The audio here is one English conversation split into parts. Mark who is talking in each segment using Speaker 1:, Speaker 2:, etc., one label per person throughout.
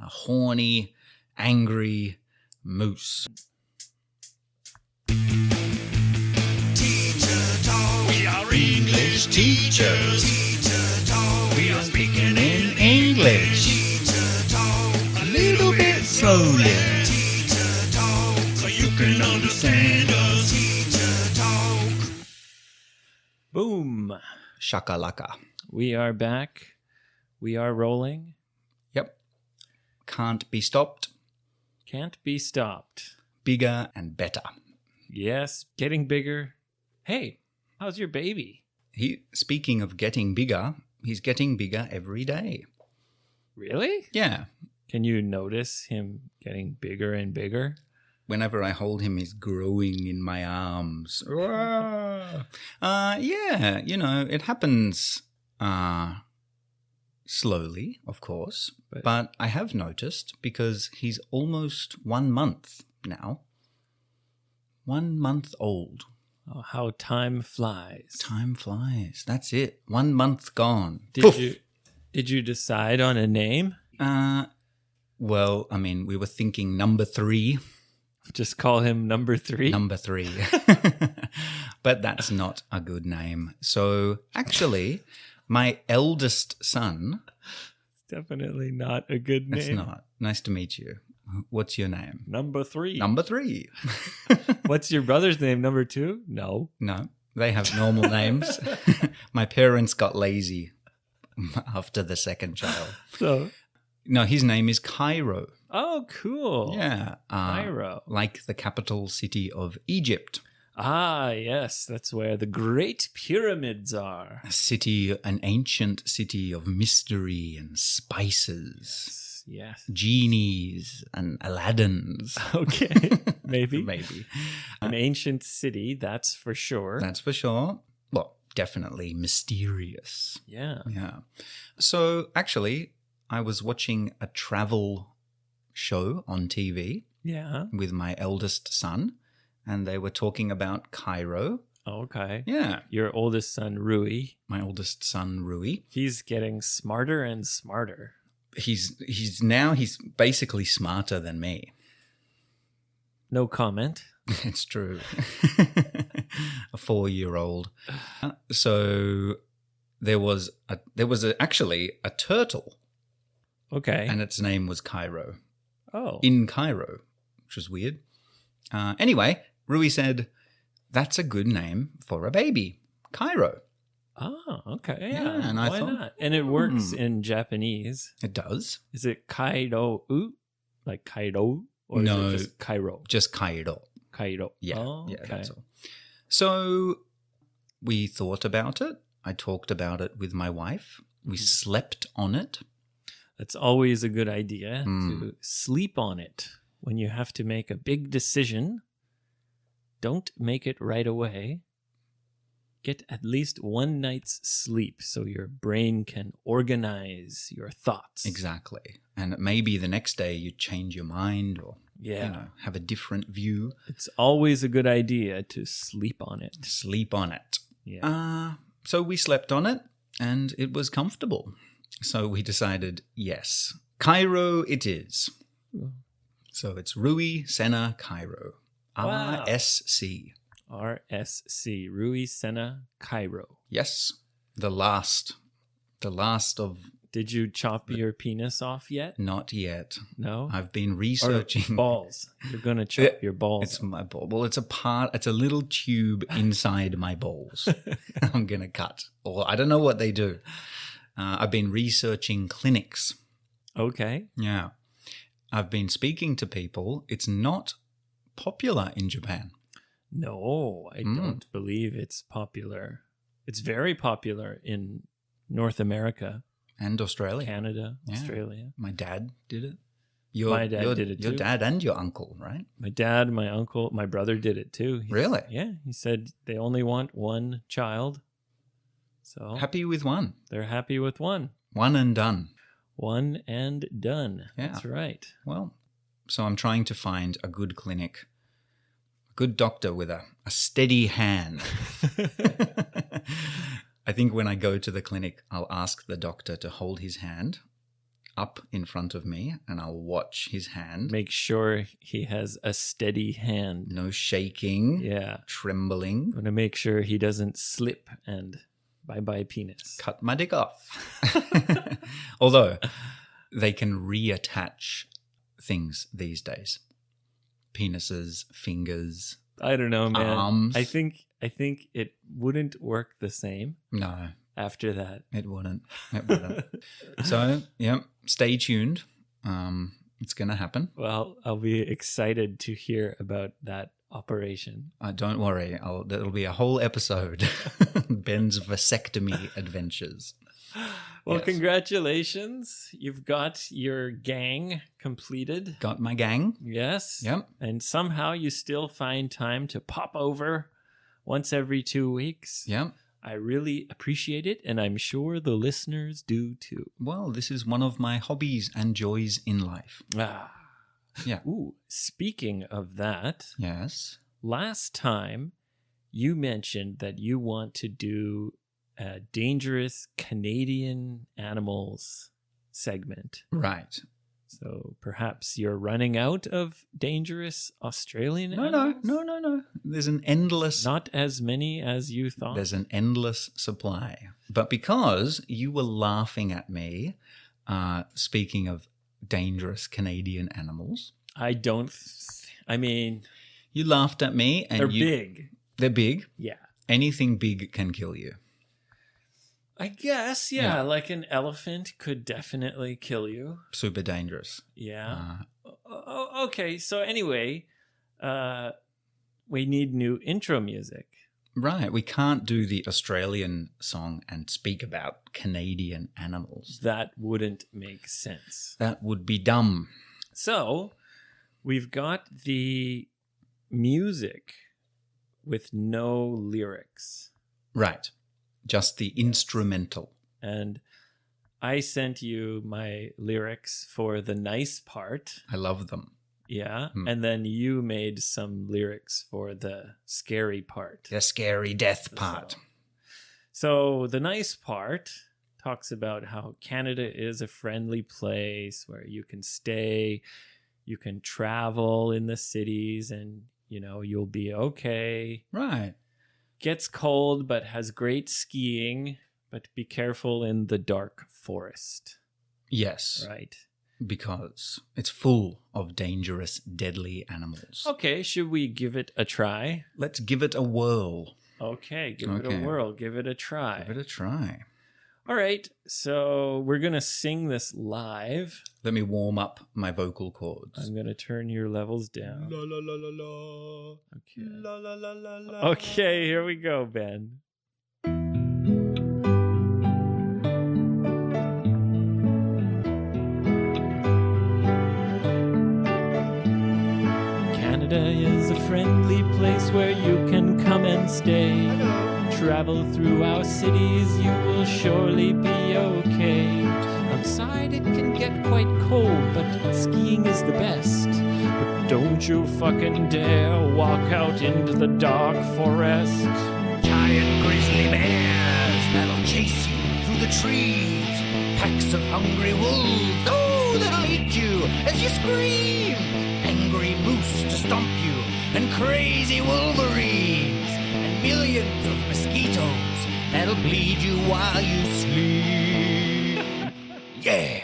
Speaker 1: a horny, angry moose.
Speaker 2: Teacher talk. We are English teachers. Teacher talk. We are speaking in
Speaker 1: English,
Speaker 2: teacher talk. A
Speaker 1: little bit slowly.
Speaker 2: Teacher talk. So you can understand us. Teacher talk.
Speaker 3: Boom.
Speaker 1: Shakalaka.
Speaker 3: We are back. We are rolling.
Speaker 1: Yep. Can't be stopped.
Speaker 3: Can't be stopped.
Speaker 1: Bigger and better.
Speaker 3: Yes, getting bigger. Hey, how's your baby?
Speaker 1: He speaking of getting bigger, he's getting bigger every day.
Speaker 3: Really?
Speaker 1: Yeah.
Speaker 3: Can you notice him getting bigger and bigger?
Speaker 1: Whenever I hold him, he's growing in my arms. Wah. uh, yeah, you know, it happens uh, slowly, of course,
Speaker 3: But-
Speaker 1: but I have noticed because he's almost one month now. One month old.
Speaker 3: Oh, how time flies.
Speaker 1: Time flies. That's it. One month gone.
Speaker 3: Did
Speaker 1: Poof.
Speaker 3: you Did you decide on a name?
Speaker 1: Uh, well, I mean, we were thinking number three.
Speaker 3: Just call him number 3.
Speaker 1: Number three. but that's not a good name. So actually, my eldest son.
Speaker 3: Definitely not a good name.
Speaker 1: That's not. Nice to meet you. What's your name?
Speaker 3: Number 3.
Speaker 1: Number three.
Speaker 3: What's your brother's name? Number 2? No.
Speaker 1: no, they have normal names. my parents got lazy after the second child.
Speaker 3: So,
Speaker 1: No, his name is Cairo.
Speaker 3: oh cool.
Speaker 1: Yeah. Uh,
Speaker 3: Cairo.
Speaker 1: Like the capital city of Egypt.
Speaker 3: Ah, yes, that's where the great pyramids are.
Speaker 1: A city, an ancient city of mystery and spices,
Speaker 3: Yes. yes.
Speaker 1: genies and Aladdins.
Speaker 3: Okay. Maybe.
Speaker 1: Maybe.
Speaker 3: An ancient city, that's for sure.
Speaker 1: That's for sure. Well, definitely mysterious.
Speaker 3: yeah.
Speaker 1: Yeah. So actually, I was watching a travel show on TV
Speaker 3: Yeah.
Speaker 1: with my eldest son, and they were talking about Cairo.
Speaker 3: Okay.
Speaker 1: Yeah.
Speaker 3: Your oldest son, Rui,
Speaker 1: My oldest son, Rui.
Speaker 3: he's getting smarter and smarter.
Speaker 1: He's he's now he's basically smarter than me.
Speaker 3: No comment.
Speaker 1: It's true. a four-year-old. Uh, So there was a there was a, actually a turtle,
Speaker 3: Okay.
Speaker 1: and its name was Cairo
Speaker 3: oh.
Speaker 1: in Cairo, which was weird. Uh, anyway, Rui said, "That's a good name for a baby, Cairo."
Speaker 3: oh, okay. Yeah.
Speaker 1: Yeah, and I
Speaker 3: Why
Speaker 1: thought,
Speaker 3: not? And it works
Speaker 1: hmm.
Speaker 3: in Japanese.
Speaker 1: It does
Speaker 3: Is it Kaido U? Like Kaido? Or
Speaker 1: No.
Speaker 3: is it just Cairo?
Speaker 1: just Cairo.
Speaker 3: Cairo.
Speaker 1: Yeah,
Speaker 3: Oh,
Speaker 1: yeah,
Speaker 3: okay.
Speaker 1: that's all. So we thought about it. I talked about it with my wife. We
Speaker 3: Mhm.
Speaker 1: slept on it.
Speaker 3: That's always a good idea
Speaker 1: Hmm.
Speaker 3: to sleep on it when you have to make a big decision. Don't make it right away. Get at least one night's sleep so your brain can organize your thoughts.
Speaker 1: Exactly. And maybe the next day you change your mind or
Speaker 3: Yeah.
Speaker 1: you know, have a different view.
Speaker 3: It's always a good idea to sleep on it.
Speaker 1: Sleep on it.
Speaker 3: Yeah.
Speaker 1: Uh, so we slept on it and it was comfortable. So we decided, yes, Cairo it is. So it's Rui Senna Cairo.
Speaker 3: Wow.
Speaker 1: RSC.
Speaker 3: RSC, Rui Senna Cairo.
Speaker 1: Yes. The last. The last of
Speaker 3: Did you chop your penis off yet?
Speaker 1: not yet.
Speaker 3: No?
Speaker 1: I've been
Speaker 3: Or
Speaker 1: researching.
Speaker 3: balls. You're going to chop
Speaker 1: Yeah.
Speaker 3: your balls.
Speaker 1: It's my ball. Well, it's a part. It's a little tube inside my balls. I'm gonna cut, or I don't know what they do. Uh, I've been researching clinics.
Speaker 3: okay.
Speaker 1: Yeah, I've been speaking to people. It's not popular in Japan.
Speaker 3: No, I
Speaker 1: Mm.
Speaker 3: don't believe it's popular. It's very popular in North America,
Speaker 1: and Australia.
Speaker 3: Canada,
Speaker 1: Yeah.
Speaker 3: Australia.
Speaker 1: My dad did it. Your,
Speaker 3: My dad
Speaker 1: your-
Speaker 3: did it
Speaker 1: Your
Speaker 3: too.
Speaker 1: dad and your uncle, right?
Speaker 3: My dad, my uncle, my brother did it too. He-
Speaker 1: Really?
Speaker 3: Yeah, he said they only want one child. So
Speaker 1: Happy with one,
Speaker 3: they're happy with one.
Speaker 1: one and done.
Speaker 3: One and done.
Speaker 1: Yeah.
Speaker 3: That's right.
Speaker 1: Well, so I'm trying to find a good clinic, a good doctor with a, a steady hand. I think when I go to the clinic, I'll ask the doctor to hold his hand up in front of me and I'll watch his hand.
Speaker 3: Make sure he has a steady hand.
Speaker 1: no shaking,
Speaker 3: Yeah.
Speaker 1: trembling.
Speaker 3: I'm going to make sure he doesn't slip and bye bye penis.
Speaker 1: Cut my dick off. Although they can reattach things these days penises, fingers.
Speaker 3: I don't know, man.
Speaker 1: Arms.
Speaker 3: I think I think it wouldn't work the same
Speaker 1: No,
Speaker 3: after that.
Speaker 1: it wouldn't. It wouldn't. so, yeah, stay tuned. Um, it's going to happen.
Speaker 3: well, I'll be excited to hear about that operation.
Speaker 1: Uh, don't worry, I'll, that'll be a whole episode. Ben's vasectomy adventures.
Speaker 3: Well,
Speaker 1: Yes.
Speaker 3: congratulations. You've got your gang completed.
Speaker 1: Got my gang.
Speaker 3: Yes.
Speaker 1: Yep.
Speaker 3: And somehow you still find time to pop over once every two weeks.
Speaker 1: Yep.
Speaker 3: I really appreciate it, and I'm sure the listeners do too.
Speaker 1: Well, this is one of my hobbies and joys in life.
Speaker 3: Ah.
Speaker 1: Yeah.
Speaker 3: Ooh, speaking of that,
Speaker 1: Yes.
Speaker 3: last time you mentioned that you want to do a dangerous Canadian animals segment.
Speaker 1: Right.
Speaker 3: So perhaps you're running out of dangerous Australian
Speaker 1: No, no,
Speaker 3: animals?
Speaker 1: no, no, no. There's an endless
Speaker 3: Not as many as you thought.
Speaker 1: there's an endless supply. But because you were laughing at me, uh, speaking of dangerous Canadian animals,
Speaker 3: I don't. Th- I mean,
Speaker 1: you laughed at me, and
Speaker 3: they're
Speaker 1: you,
Speaker 3: big.
Speaker 1: They're big.
Speaker 3: Yeah.
Speaker 1: Anything big can kill you.
Speaker 3: I guess, yeah,
Speaker 1: Yeah.
Speaker 3: Like an elephant could definitely kill you.
Speaker 1: Super dangerous.
Speaker 3: Yeah.
Speaker 1: Uh,
Speaker 3: O- o- okay. So anyway, uh, we need new intro music.
Speaker 1: Right. We can't do the Australian song and speak about Canadian animals.
Speaker 3: That wouldn't make sense.
Speaker 1: That would be dumb.
Speaker 3: So we've got the music with no lyrics,
Speaker 1: Right. Just the instrumental.
Speaker 3: and I sent you my lyrics for the nice part.
Speaker 1: I love them.
Speaker 3: Yeah.
Speaker 1: Hmm.
Speaker 3: And then you made some lyrics for the scary part.
Speaker 1: The scary death part.
Speaker 3: So- So the nice part talks about how Canada is a friendly place where you can stay, you can travel in the cities, and you know, you'll be okay.
Speaker 1: Right.
Speaker 3: Gets cold, but has great skiing, but be careful in the dark forest.
Speaker 1: Yes.
Speaker 3: Right.
Speaker 1: Because it's full of dangerous, deadly animals.
Speaker 3: Okay, should we give it a try?
Speaker 1: Let's give it a whirl.
Speaker 3: Okay, give it
Speaker 1: Okay.
Speaker 3: a whirl, give it a try.
Speaker 1: Give it a try.
Speaker 3: All right, so we're gonna sing this live.
Speaker 1: Let me warm up my vocal cords.
Speaker 3: I'm gonna turn your levels down.
Speaker 2: la la la la.
Speaker 3: Okay.
Speaker 2: la la la la.
Speaker 3: Okay, here we go, Ben. Canada is a friendly place where you can come and stay. Travel through our cities, you will surely be okay. Outside it can get quite cold, but skiing is the best. But don't you fucking dare walk out into the dark forest.
Speaker 2: Giant grizzly bears that'll chase you through the trees. Packs of hungry wolves, oh, that'll eat you as you scream. Angry moose to stomp you, and crazy wolverines, and millions of mosquitoes that'll bleed you while you sleep. yeah.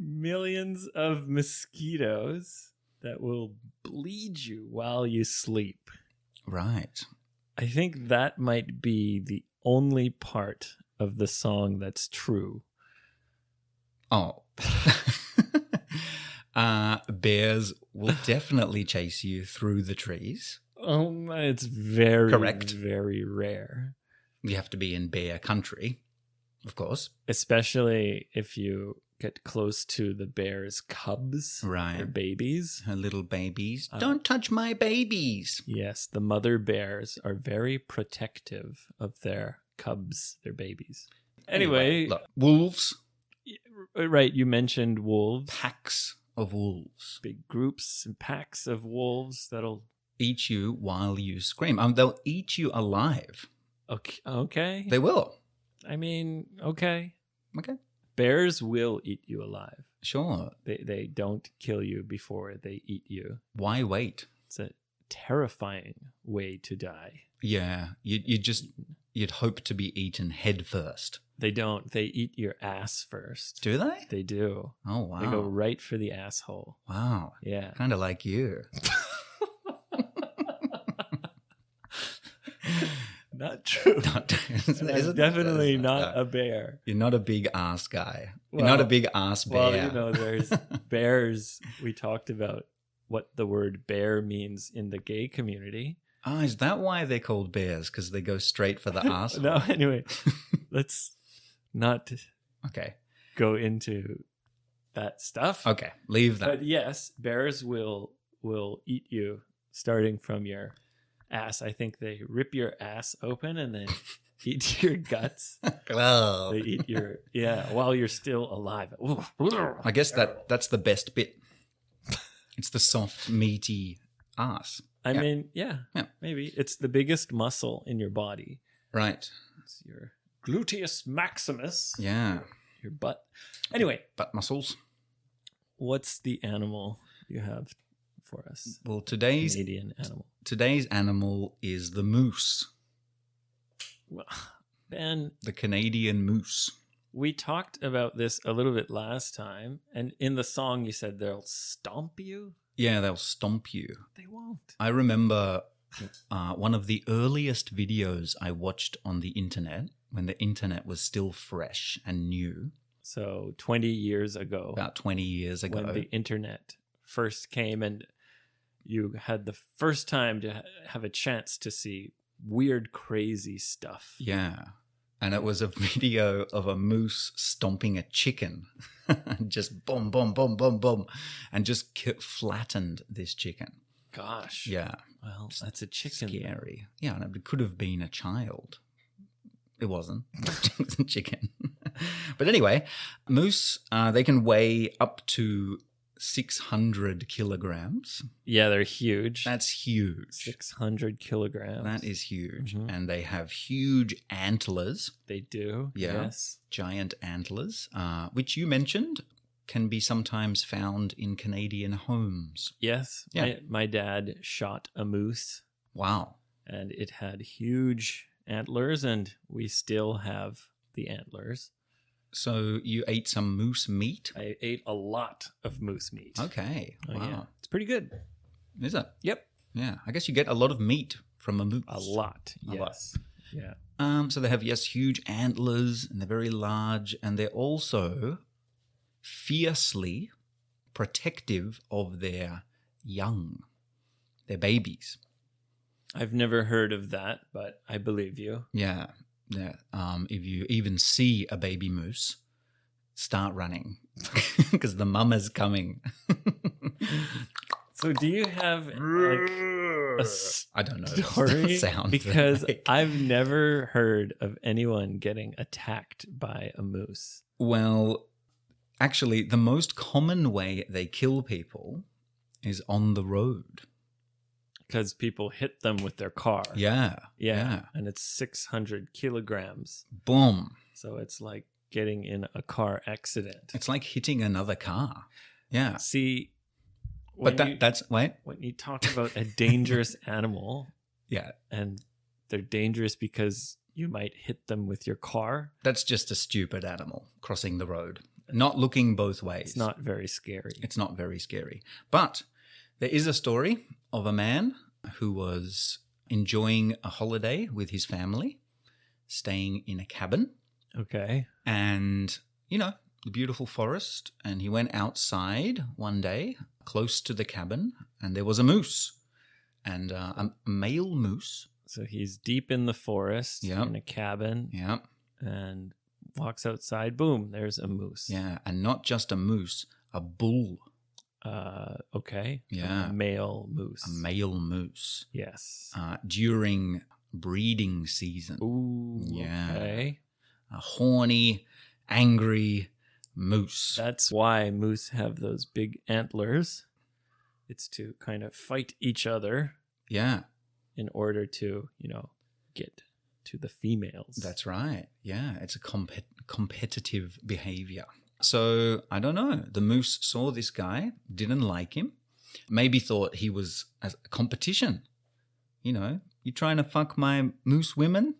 Speaker 3: Millions of mosquitoes that will bleed you while you sleep.
Speaker 1: Right.
Speaker 3: I think that might be the only part of the song that's true.
Speaker 1: Oh. uh, bears will definitely chase you through the trees.
Speaker 3: Um, it's very
Speaker 1: Correct.
Speaker 3: very rare,
Speaker 1: You have to be in bear country, of course.
Speaker 3: especially if you get close to the bear's cubs,
Speaker 1: Right.
Speaker 3: their babies.
Speaker 1: Her little babies.
Speaker 3: Uh,
Speaker 1: Don't touch my babies.
Speaker 3: Yes, the mother bears are very protective of their cubs, their babies. Anyway, uh,
Speaker 1: look, wolves,
Speaker 3: right, you mentioned wolves,
Speaker 1: packs of wolves
Speaker 3: big groups and packs of wolves that'll
Speaker 1: eat you while you scream. Um, they'll eat you alive.
Speaker 3: okay. okay.
Speaker 1: They will.
Speaker 3: I mean, okay.
Speaker 1: Okay.
Speaker 3: Bears will eat you alive.
Speaker 1: Sure.
Speaker 3: They they don't kill you before they eat you.
Speaker 1: Why wait?
Speaker 3: It's a terrifying way to die.
Speaker 1: Yeah. You you just you'd hope to be eaten head first.
Speaker 3: They don't. They eat your ass first.
Speaker 1: Do they?
Speaker 3: They do.
Speaker 1: Oh wow.
Speaker 3: They go right for the asshole.
Speaker 1: wow.
Speaker 3: Yeah.
Speaker 1: Kind of like you.
Speaker 3: Not true.
Speaker 1: Not-
Speaker 3: I'm
Speaker 1: isn't-
Speaker 3: definitely
Speaker 1: that's
Speaker 3: not
Speaker 1: no.
Speaker 3: a bear.
Speaker 1: You're not a big ass guy. You're not a
Speaker 3: Well-
Speaker 1: big ass bear.
Speaker 3: Well, you know, there's bears. We talked about what the word bear means in the gay community.
Speaker 1: Ah, is that why they're called bears? Because they go straight for the ass?
Speaker 3: no, anyway, let's not
Speaker 1: Okay.
Speaker 3: go into that stuff.
Speaker 1: Okay. Leave that.
Speaker 3: But yes, bears will will eat you starting from your ass. I think they rip your ass open and then eat your guts.
Speaker 1: Well,
Speaker 3: They eat your yeah while you're still alive.
Speaker 1: I guess that that's the best bit. It's the soft, meaty ass,
Speaker 3: I
Speaker 1: Yeah.
Speaker 3: mean, yeah,
Speaker 1: Yeah.
Speaker 3: maybe it's the biggest muscle in your body.
Speaker 1: right?
Speaker 3: It's your gluteus maximus,
Speaker 1: Yeah,
Speaker 3: your butt. Anyway,
Speaker 1: butt muscles.
Speaker 3: what's the animal you have for us?
Speaker 1: Well, today's
Speaker 3: Canadian animal.
Speaker 1: today's animal is the moose,
Speaker 3: Well, Ben,
Speaker 1: the Canadian moose.
Speaker 3: we talked about this a little bit last time, and in the song you said they'll stomp you.
Speaker 1: Yeah, they'll stomp you.
Speaker 3: They won't.
Speaker 1: I remember uh, one of the earliest videos I watched on the internet when the internet was still fresh and new,
Speaker 3: So twenty years ago,
Speaker 1: about twenty years ago.
Speaker 3: when the internet first came, and you had the first time to ha- have a chance to see weird, crazy stuff.
Speaker 1: Yeah. And it was a video of a moose stomping a chicken, just boom, boom, boom, boom, boom, and just ki- flattened this chicken.
Speaker 3: Gosh.
Speaker 1: Yeah,
Speaker 3: Well, that's a chicken.
Speaker 1: scary. Yeah, and it could have been a child. It wasn't. It's a chicken. but anyway, moose, uh, they can weigh up to 600 kilograms.
Speaker 3: Yeah, they're huge.
Speaker 1: That's huge.
Speaker 3: six hundred kilograms.
Speaker 1: That is huge.
Speaker 3: Mhm.
Speaker 1: And they have huge antlers.
Speaker 3: They do.
Speaker 1: Yeah.
Speaker 3: Yes.
Speaker 1: giant antlers, uh, which you mentioned can be sometimes found in Canadian homes.
Speaker 3: Yes.
Speaker 1: Yeah.
Speaker 3: My, my dad shot a moose.
Speaker 1: Wow.
Speaker 3: and it had huge antlers and we still have the antlers
Speaker 1: So you ate some moose meat?
Speaker 3: i ate a lot of moose meat
Speaker 1: Okay.
Speaker 3: Oh, yeah.
Speaker 1: wow.
Speaker 3: it's pretty good
Speaker 1: Is it?
Speaker 3: yep
Speaker 1: Yeah. I guess you get a lot of meat from a moose.
Speaker 3: a lot
Speaker 1: A lot.
Speaker 3: yes yeah
Speaker 1: Um, so they have, yes, huge antlers and they're very large and they're also fiercely protective of their young, their babies.
Speaker 3: i've never heard of that but i believe you
Speaker 1: Yeah, yeah. Um, if you even see a baby moose, start running because the mum is coming.
Speaker 3: so do you have like a
Speaker 1: I don't know that's the
Speaker 3: story
Speaker 1: sound they
Speaker 3: because
Speaker 1: make.
Speaker 3: i've never heard of anyone getting attacked by a moose
Speaker 1: well, actually, the most common way they kill people is on the road.
Speaker 3: because people hit them with their car
Speaker 1: Yeah,
Speaker 3: yeah,
Speaker 1: yeah.
Speaker 3: and it's 600 kilograms
Speaker 1: boom.
Speaker 3: So it's like getting in a car accident.
Speaker 1: It's like hitting another car. Yeah,
Speaker 3: See, when
Speaker 1: but that,
Speaker 3: you,
Speaker 1: that's wait.
Speaker 3: when you talk about a dangerous animal
Speaker 1: Yeah,
Speaker 3: and they're dangerous because you might hit them with your car,
Speaker 1: that's just a stupid animal crossing the road, not looking both ways.
Speaker 3: it's not very scary.
Speaker 1: It's not very scary. But there is a story of a man who was enjoying a holiday with his family, staying in a cabin,
Speaker 3: Okay.
Speaker 1: and, you know, the beautiful forest. And he went outside one day close to the cabin, and there was a moose. And uh, a male moose.
Speaker 3: So he's deep in the forest
Speaker 1: Yeah.
Speaker 3: in a cabin
Speaker 1: Yeah.
Speaker 3: and walks outside. Boom, there's a moose.
Speaker 1: Yeah. And not just a moose, a bull,
Speaker 3: Uh, okay.
Speaker 1: Yeah.
Speaker 3: A male moose.
Speaker 1: a male moose
Speaker 3: Yes.
Speaker 1: uh, during breeding season.
Speaker 3: Ooh.
Speaker 1: Uh, yeah.
Speaker 3: Okay.
Speaker 1: a horny, angry moose.
Speaker 3: That's why moose have those big antlers. It's to kind of fight each other
Speaker 1: yeah,
Speaker 3: in order to, you know, get to the females.
Speaker 1: that's right. Yeah, it's a comp- competitive behavior. So I don't know. The moose saw this guy, didn't like him, maybe thought he was a competition. You know, you trying to fuck my moose women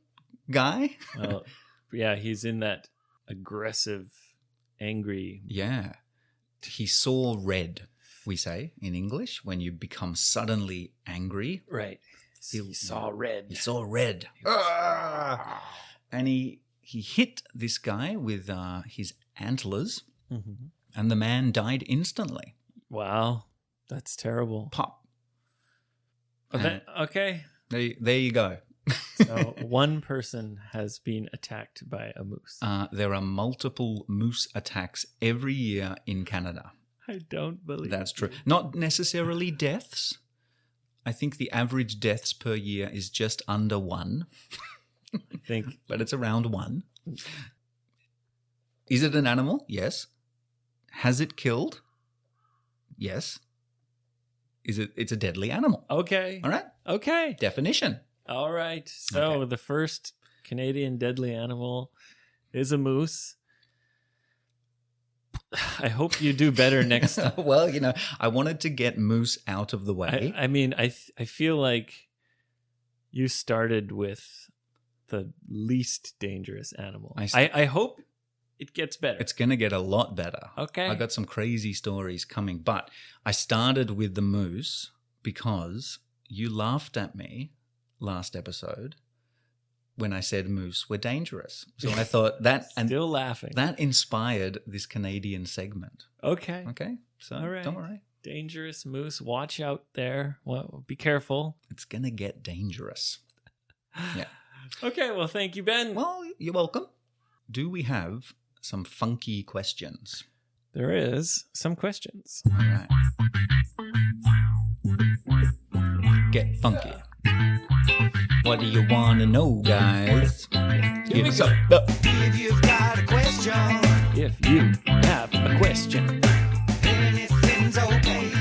Speaker 1: guy?
Speaker 3: Well, yeah, he's in that aggressive, angry.
Speaker 1: Yeah. He saw red, we say in English, when you become suddenly angry.
Speaker 3: Right. He
Speaker 1: He-
Speaker 3: saw red.
Speaker 1: He saw red. Ah! And he, he hit this guy with uh, his antlers,
Speaker 3: Mhm.
Speaker 1: and the man died instantly.
Speaker 3: Wow, that's terrible.
Speaker 1: Pop.
Speaker 3: Oh,
Speaker 1: Uh-huh.
Speaker 3: that- okay,
Speaker 1: There, there you go.
Speaker 3: so one person has been attacked by a moose.
Speaker 1: Uh, there are multiple moose attacks every year in Canada.
Speaker 3: I don't believe
Speaker 1: That's true. Not necessarily deaths. I think the average deaths per year is just under one,
Speaker 3: I think
Speaker 1: but it's around one. Is it an animal? Yes. Has it killed? Yes. Is it? It's a deadly animal.
Speaker 3: okay,
Speaker 1: All right.
Speaker 3: okay,
Speaker 1: Definition.
Speaker 3: all right. So
Speaker 1: Okay.
Speaker 3: the first Canadian deadly animal is a moose. I hope you do better next time.
Speaker 1: well, you know, I wanted to get moose out of the
Speaker 3: I,
Speaker 1: way.
Speaker 3: I mean, I th- I feel like you started with the least dangerous animal.
Speaker 1: I
Speaker 3: I,
Speaker 1: st-
Speaker 3: I, hope it gets better.
Speaker 1: it's going to get a lot better.
Speaker 3: okay.
Speaker 1: I got some crazy stories coming, but I started with the moose because you laughed at me last episode when I said moose were dangerous. So I thought that and
Speaker 3: Still laughing.
Speaker 1: that inspired this Canadian segment.
Speaker 3: okay.
Speaker 1: Okay, so
Speaker 3: All right.
Speaker 1: don't worry,
Speaker 3: Dangerous moose. Watch out there. Well, be careful.
Speaker 1: it's gonna get dangerous. Yeah.
Speaker 3: Okay. Well, thank you, Ben.
Speaker 1: Well, you're welcome. Do we have some funky questions?
Speaker 3: there is some questions.
Speaker 1: All right. Get funky. What do you want to know, guys? Give us up. up.
Speaker 2: If you've got a question,
Speaker 3: If you have a question,
Speaker 2: anything's okay.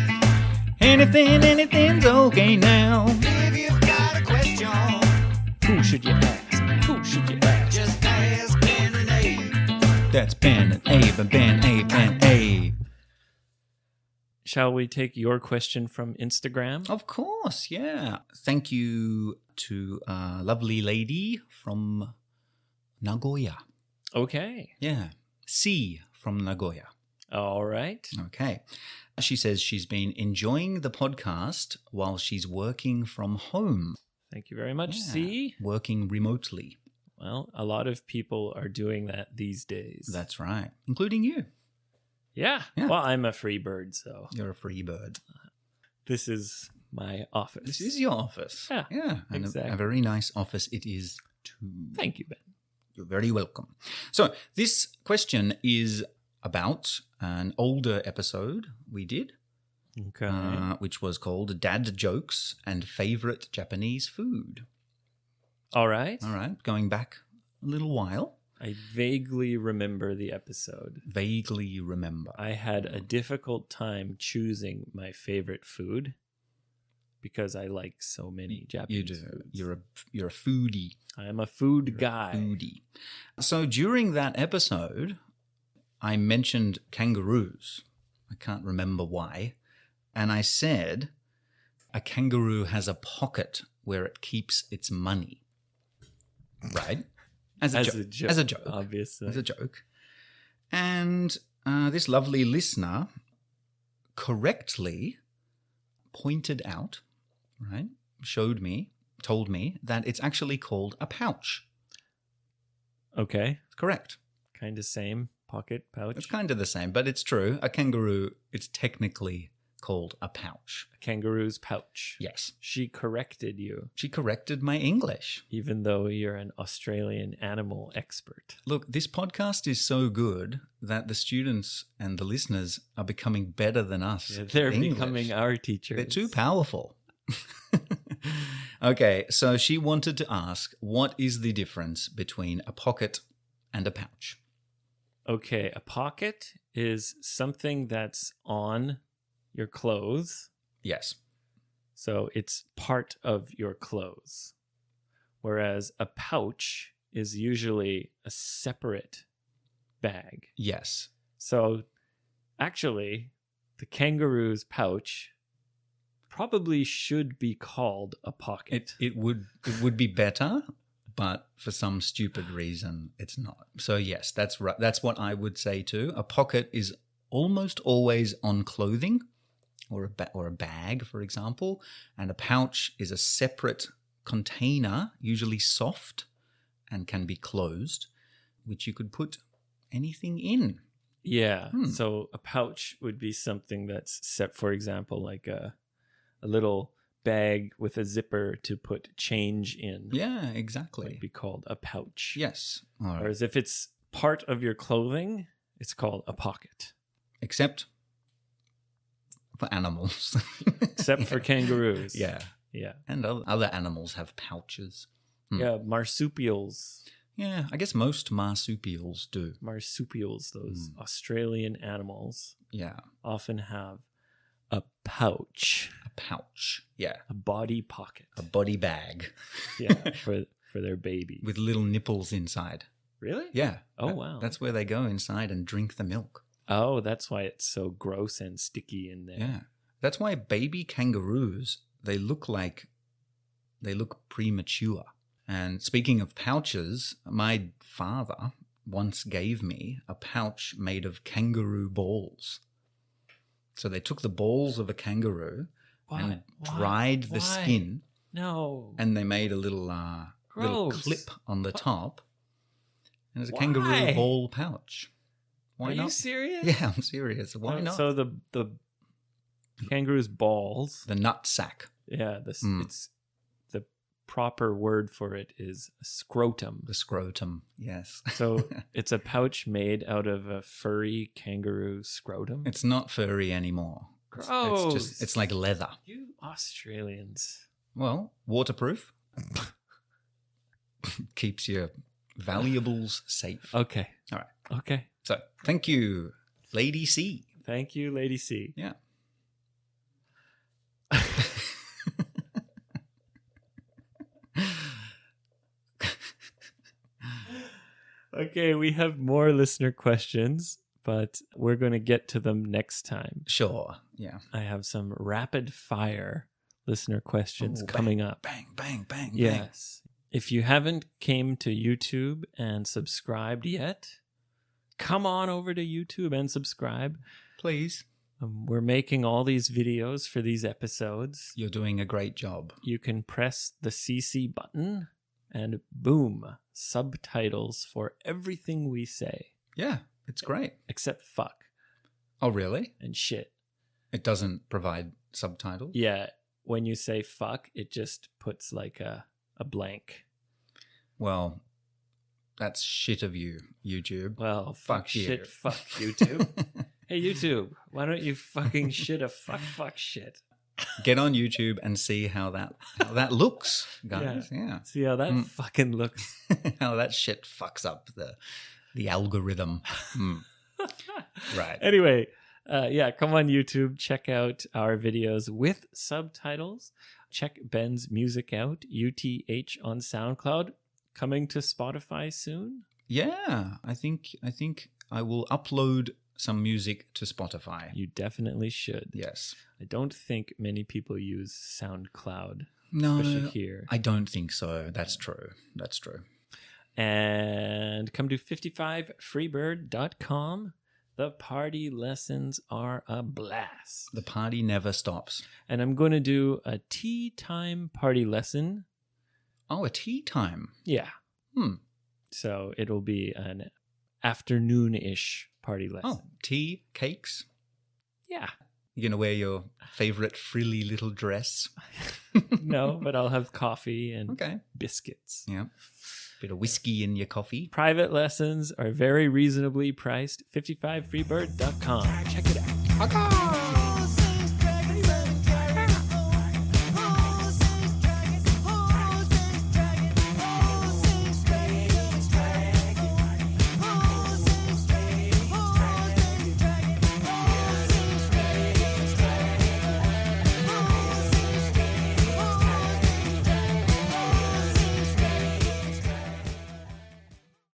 Speaker 1: Anything, anything's okay now.
Speaker 2: If you've got a question,
Speaker 3: who should you ask? Who should you ask?
Speaker 2: just ask Ben and Abe.
Speaker 1: That's Ben and Abe and Ben, Abe and Abe.
Speaker 3: Shall we take your question from Instagram?
Speaker 1: Of course, yeah. Thank you to a lovely lady from Nagoya. Oh.
Speaker 3: Okay.
Speaker 1: Yeah. C from Nagoya.
Speaker 3: All right.
Speaker 1: Okay. She says she's been enjoying the podcast while she's working from home,
Speaker 3: Thank you very much.
Speaker 1: Yeah.
Speaker 3: See?
Speaker 1: working remotely.
Speaker 3: Well, a lot of people are doing that these days.
Speaker 1: That's right, including you.
Speaker 3: yeah.
Speaker 1: Yeah.
Speaker 3: Well, I'm a free bird, so
Speaker 1: You're a free bird.
Speaker 3: this is my office.
Speaker 1: This is your office.
Speaker 3: Yeah,
Speaker 1: Yeah. And a- a,
Speaker 3: exactly.
Speaker 1: very nice office it is too.
Speaker 3: Thank you, Ben.
Speaker 1: You're very welcome. So, this question is about an older episode we did,
Speaker 3: Okay.
Speaker 1: uh, which was called Dad Jokes and Favorite Japanese Food.
Speaker 3: All right.
Speaker 1: All right, going back a little while.
Speaker 3: I vaguely remember the episode.
Speaker 1: vaguely remember.
Speaker 3: I had a difficult time choosing my favorite food because I like so many Japanese
Speaker 1: you do.
Speaker 3: foods.
Speaker 1: You're a you're a foodie,
Speaker 3: I'm a food guy.
Speaker 1: foodie. So during that episode, I mentioned kangaroos. I can't remember why, and I said a kangaroo has a pocket where it keeps its money. Right? As a,
Speaker 3: As
Speaker 1: joke,
Speaker 3: a joke,
Speaker 1: As a joke.
Speaker 3: obviously.
Speaker 1: As a joke. And uh, this lovely listener correctly pointed out, right, showed me, told me that it's actually called a pouch.
Speaker 3: okay.
Speaker 1: It's correct.
Speaker 3: Kind of same pocket pouch.
Speaker 1: It's kind of the same, but it's true. A kangaroo, it's technically called a pouch.
Speaker 3: Kangaroo's pouch.
Speaker 1: Yes.
Speaker 3: She corrected you,
Speaker 1: She corrected my English.
Speaker 3: even though you're an Australian animal expert.
Speaker 1: Look, this podcast is so good that the students and the listeners are becoming better than us. at
Speaker 3: They're
Speaker 1: English.
Speaker 3: becoming our teachers.
Speaker 1: They're too powerful. okay, so she wanted to ask what is the difference between a pocket and a pouch?
Speaker 3: Okay, a pocket is something that's on your clothes.
Speaker 1: Yes.
Speaker 3: So it's part of your clothes. Whereas a pouch is usually a separate bag.
Speaker 1: Yes.
Speaker 3: So actually, the kangaroo's pouch probably should be called a
Speaker 1: It
Speaker 3: pocket.
Speaker 1: it would it would be better, but for some stupid reason it's not. So yes, that's right. That's what I would say too. A pocket is almost always on clothing or a ba- or a bag, for example, and a pouch is a separate container, usually soft and can be closed, which you could put anything in.
Speaker 3: yeah.
Speaker 1: Hmm.
Speaker 3: So a pouch would be something that's set, for example, like a a little bag with a zipper to put change in.
Speaker 1: Yeah,
Speaker 3: Would
Speaker 1: exactly.
Speaker 3: be called a pouch.
Speaker 1: Yes. All right.
Speaker 3: Whereas if it's part of your clothing, it's called a pocket.
Speaker 1: Except for animals.
Speaker 3: Except for kangaroos.
Speaker 1: Yeah.
Speaker 3: Yeah.
Speaker 1: And o- other animals have pouches. Hmm.
Speaker 3: Yeah. Marsupials.
Speaker 1: Yeah, I guess most marsupials do.
Speaker 3: Marsupials, those
Speaker 1: Mm.
Speaker 3: Australian animals,
Speaker 1: Yeah,
Speaker 3: often have a pouch,
Speaker 1: a pouch. Yeah,
Speaker 3: a body pocket.
Speaker 1: a body bag
Speaker 3: yeah. For for their baby.
Speaker 1: with little nipples inside.
Speaker 3: really?
Speaker 1: Yeah.
Speaker 3: Oh,
Speaker 1: That-
Speaker 3: wow.
Speaker 1: That's where they go inside and drink the milk.
Speaker 3: Oh, that's why it's so gross and sticky in there.
Speaker 1: Yeah. That's why baby kangaroos, they look like they look premature. And speaking of pouches, my father once gave me a pouch made of kangaroo balls. So they took the balls of a kangaroo
Speaker 3: Why?
Speaker 1: and
Speaker 3: Why?
Speaker 1: dried the
Speaker 3: Why?
Speaker 1: skin
Speaker 3: No.
Speaker 1: and they made a little uh, little
Speaker 3: Gross.
Speaker 1: clip on the top. And it's a
Speaker 3: Why?
Speaker 1: kangaroo ball pouch. Why
Speaker 3: Are
Speaker 1: not?
Speaker 3: you serious?
Speaker 1: Yeah, I'm serious. Why
Speaker 3: Oh,
Speaker 1: not?
Speaker 3: So the the kangaroo's balls
Speaker 1: the nut sack.
Speaker 3: Yeah, this
Speaker 1: Mm.
Speaker 3: it's the proper word for it is scrotum.
Speaker 1: The scrotum, yes.
Speaker 3: So it's a pouch made out of a furry kangaroo scrotum.
Speaker 1: It's not furry anymore. It's- It's,
Speaker 3: Gross.
Speaker 1: just it's like leather.
Speaker 3: you Australians.
Speaker 1: Well, waterproof keeps your valuables safe.
Speaker 3: Okay.
Speaker 1: All right.
Speaker 3: Okay.
Speaker 1: So, thank you, Lady C.
Speaker 3: Thank you, Lady C.
Speaker 1: Yeah.
Speaker 3: Okay, we have more listener questions, but we're going to get to them next time.
Speaker 1: Sure. Yeah.
Speaker 3: I have some rapid fire listener questions
Speaker 1: Ooh, Oh, bang.
Speaker 3: coming up.
Speaker 1: Bang, bang, bang, bang.
Speaker 3: Yes. If you haven't came to YouTube and subscribed yet, come on over to YouTube and subscribe.
Speaker 1: Please.
Speaker 3: Um, we're making all these videos for these episodes.
Speaker 1: You're doing a great job.
Speaker 3: You can press the CC button and boom, subtitles for everything we say
Speaker 1: Yeah, it's great.
Speaker 3: except fuck
Speaker 1: Oh, really?
Speaker 3: and shit.
Speaker 1: It doesn't provide subtitles?
Speaker 3: Yeah, when you say fuck, it just puts like a a blank.
Speaker 1: Well, that's shit of you, YouTube.
Speaker 3: Well, fuck,
Speaker 1: Fuck you.
Speaker 3: shit, fuck YouTube. Hey YouTube, why don't you fucking shit a fuck fuck shit?
Speaker 1: Get on YouTube and see how that how that looks, guys. Yeah.
Speaker 3: See how that
Speaker 1: Mm.
Speaker 3: fucking looks.
Speaker 1: how that shit fucks up the the algorithm. Hmm. Right.
Speaker 3: Anyway, uh, yeah, come on YouTube, check out our videos with subtitles. Check Ben's music out, UTH on SoundCloud. Coming to Spotify soon.
Speaker 1: Yeah, I think I think I will upload some music to Spotify.
Speaker 3: You definitely should.
Speaker 1: Yes.
Speaker 3: I don't think many people use SoundCloud, especially
Speaker 1: No,
Speaker 3: here.
Speaker 1: I don't think so. That's true. That's true.
Speaker 3: and come to 55freebird.com. The party lessons are a blast.
Speaker 1: The party never stops.
Speaker 3: and I'm going to do a tea time party lesson.
Speaker 1: Oh, a tea time.
Speaker 3: Yeah.
Speaker 1: Hmm.
Speaker 3: So it'll be an afternoon ish party lesson.
Speaker 1: Oh, tea cakes.
Speaker 3: Yeah.
Speaker 1: You're gonna wear your favorite frilly little dress.
Speaker 3: No, but I'll have coffee and
Speaker 1: Okay.
Speaker 3: biscuits.
Speaker 1: Yeah. Bit of whiskey in your coffee.
Speaker 3: Private lessons are very reasonably priced. 55freebird.com. Check it out.
Speaker 2: Agar!